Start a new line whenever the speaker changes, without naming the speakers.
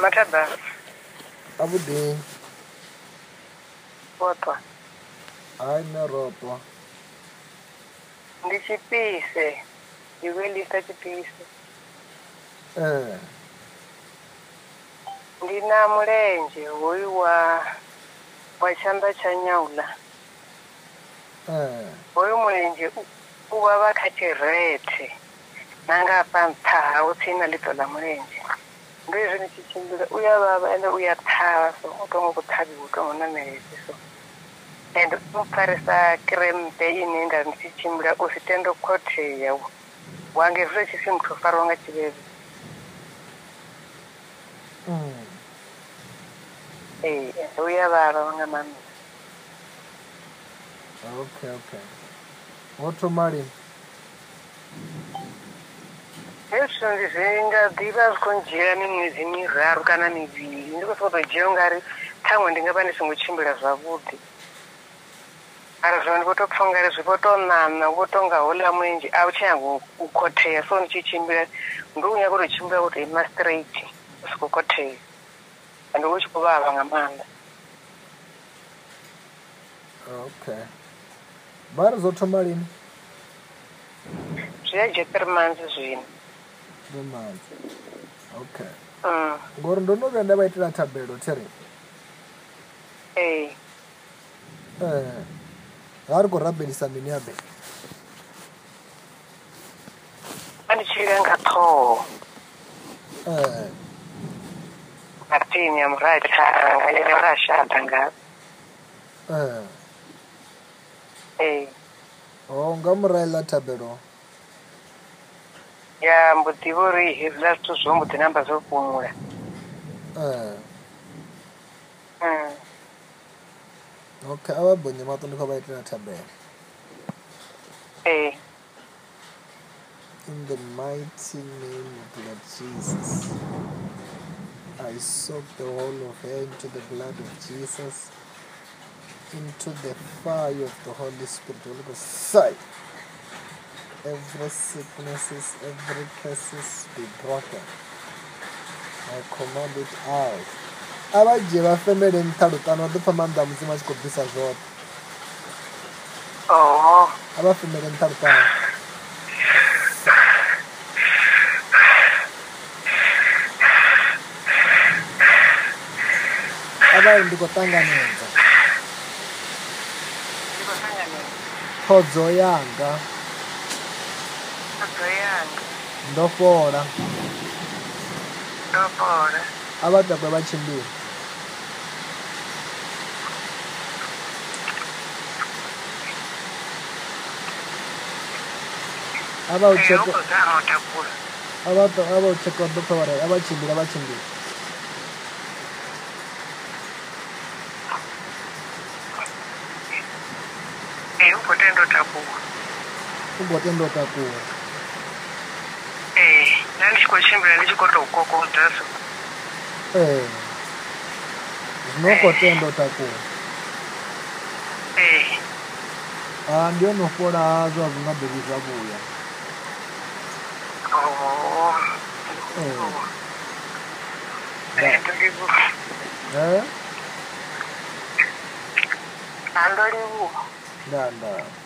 matabara
avhuḓini
woṱwa
hayi nṋe roṱwa
ndi tshipise iwe lisa tshipise
ee
ndi na mulenzhe hoyu wa wa tshanḓa tsha nyaula
ee
hoyu mulenzhe u- u vhavha kha tshirethe na nga fha nṱha hawo tsini na ḽito ḽa mulenzhe ndo hezwi ni tshi tshimbila u ya vhavha ende u ya thavha so u tongo khou ṱhavhiwa u tongo namelesi so ende u mpfarisa krempe ine nda ndi tshi tshimbila u si tende u khotheya wange zwi tshi pfhi muthu o fariwa nga tshivhezi
Mm.
ee ende u ya vhavha nga maanḓa
okay okay wo thoma lini
hezwo ndi zwi nga ḓivha zwi khou ndzhiela miṅwedzi miraru kana mivhili ndi khou sokou tou dzhia u nga ri ṱhaṅwe ndi nga vha ndi songo tshimbila zwavhuḓi ara zwino ndi vho tou pfha u nga ri zwi vho tou ṋaṋa u vho tou nga hoḽa mulenzhe a u tsha nyaga u- u khothea so ndi tshi tshimbila ndi u nyaga u tou tshimbila wo tou ima straight u sokou khothea ende u tshi khou vhavha nga maanḓa
okay vha ri zwo thoma lini
zwi a dzhia three months zwino
three months okay
Mm,
ngori ndo no vhuya nda vha itela thabelo there
ee
ee Eh, ha ri khou rabelisa mini yabe
a ndi tshila nga ṱhoho
ee
nga tini ya murahu tshanga ene ra shata nga
ee
ee
o nga murahu ḽa thabelo
ya mbo ḓivha uri hezwiḽa zwithu zwo mbo ḓi namba zwo fhumula
ee
Mm.
okay a vha bonye maṱo ndi khou vha itela thabelo
ee
In the mighty name of Lord Jesus, I soak the whole of her into the blood of Jesus, into the fire of the Holy Spirit. Holy Ghost, sigh. Every sicknesses, every curses be broken. I command it out. a vha dzhie vha femele nṱhalutano vha ḓo pfha maanḓa a mudzimu a tshi khou bvisa zwoṱhe
oho
a vha femele nṱhalutano a vha ri ndi khou ṱanganedza
ndi khou ṱanganela
khodzo yanga
ṱhoḓo yanga
ndo fhola
ndo fhola
a vha takwe vha tshimbile a vha u
ee u
tsheka
khou zama u takula
a vha to- a vha u tsheka ḓo pfha vhare a vha tshimbila vha tshimbila
ee u khou tenda u takuwa
u khou tenda u takuwa
ee na ndi tshi khou tshimbila ndi tshi khou tou kokodza so
ee zwino u khou tenda u takuwa
ee
a ndi yo no fhola hazwo a zwi nga ḓovi zwa vhuya
oho
Ee.
ndo livhuwa
e
a ndo livhuwa
ndaa ndaa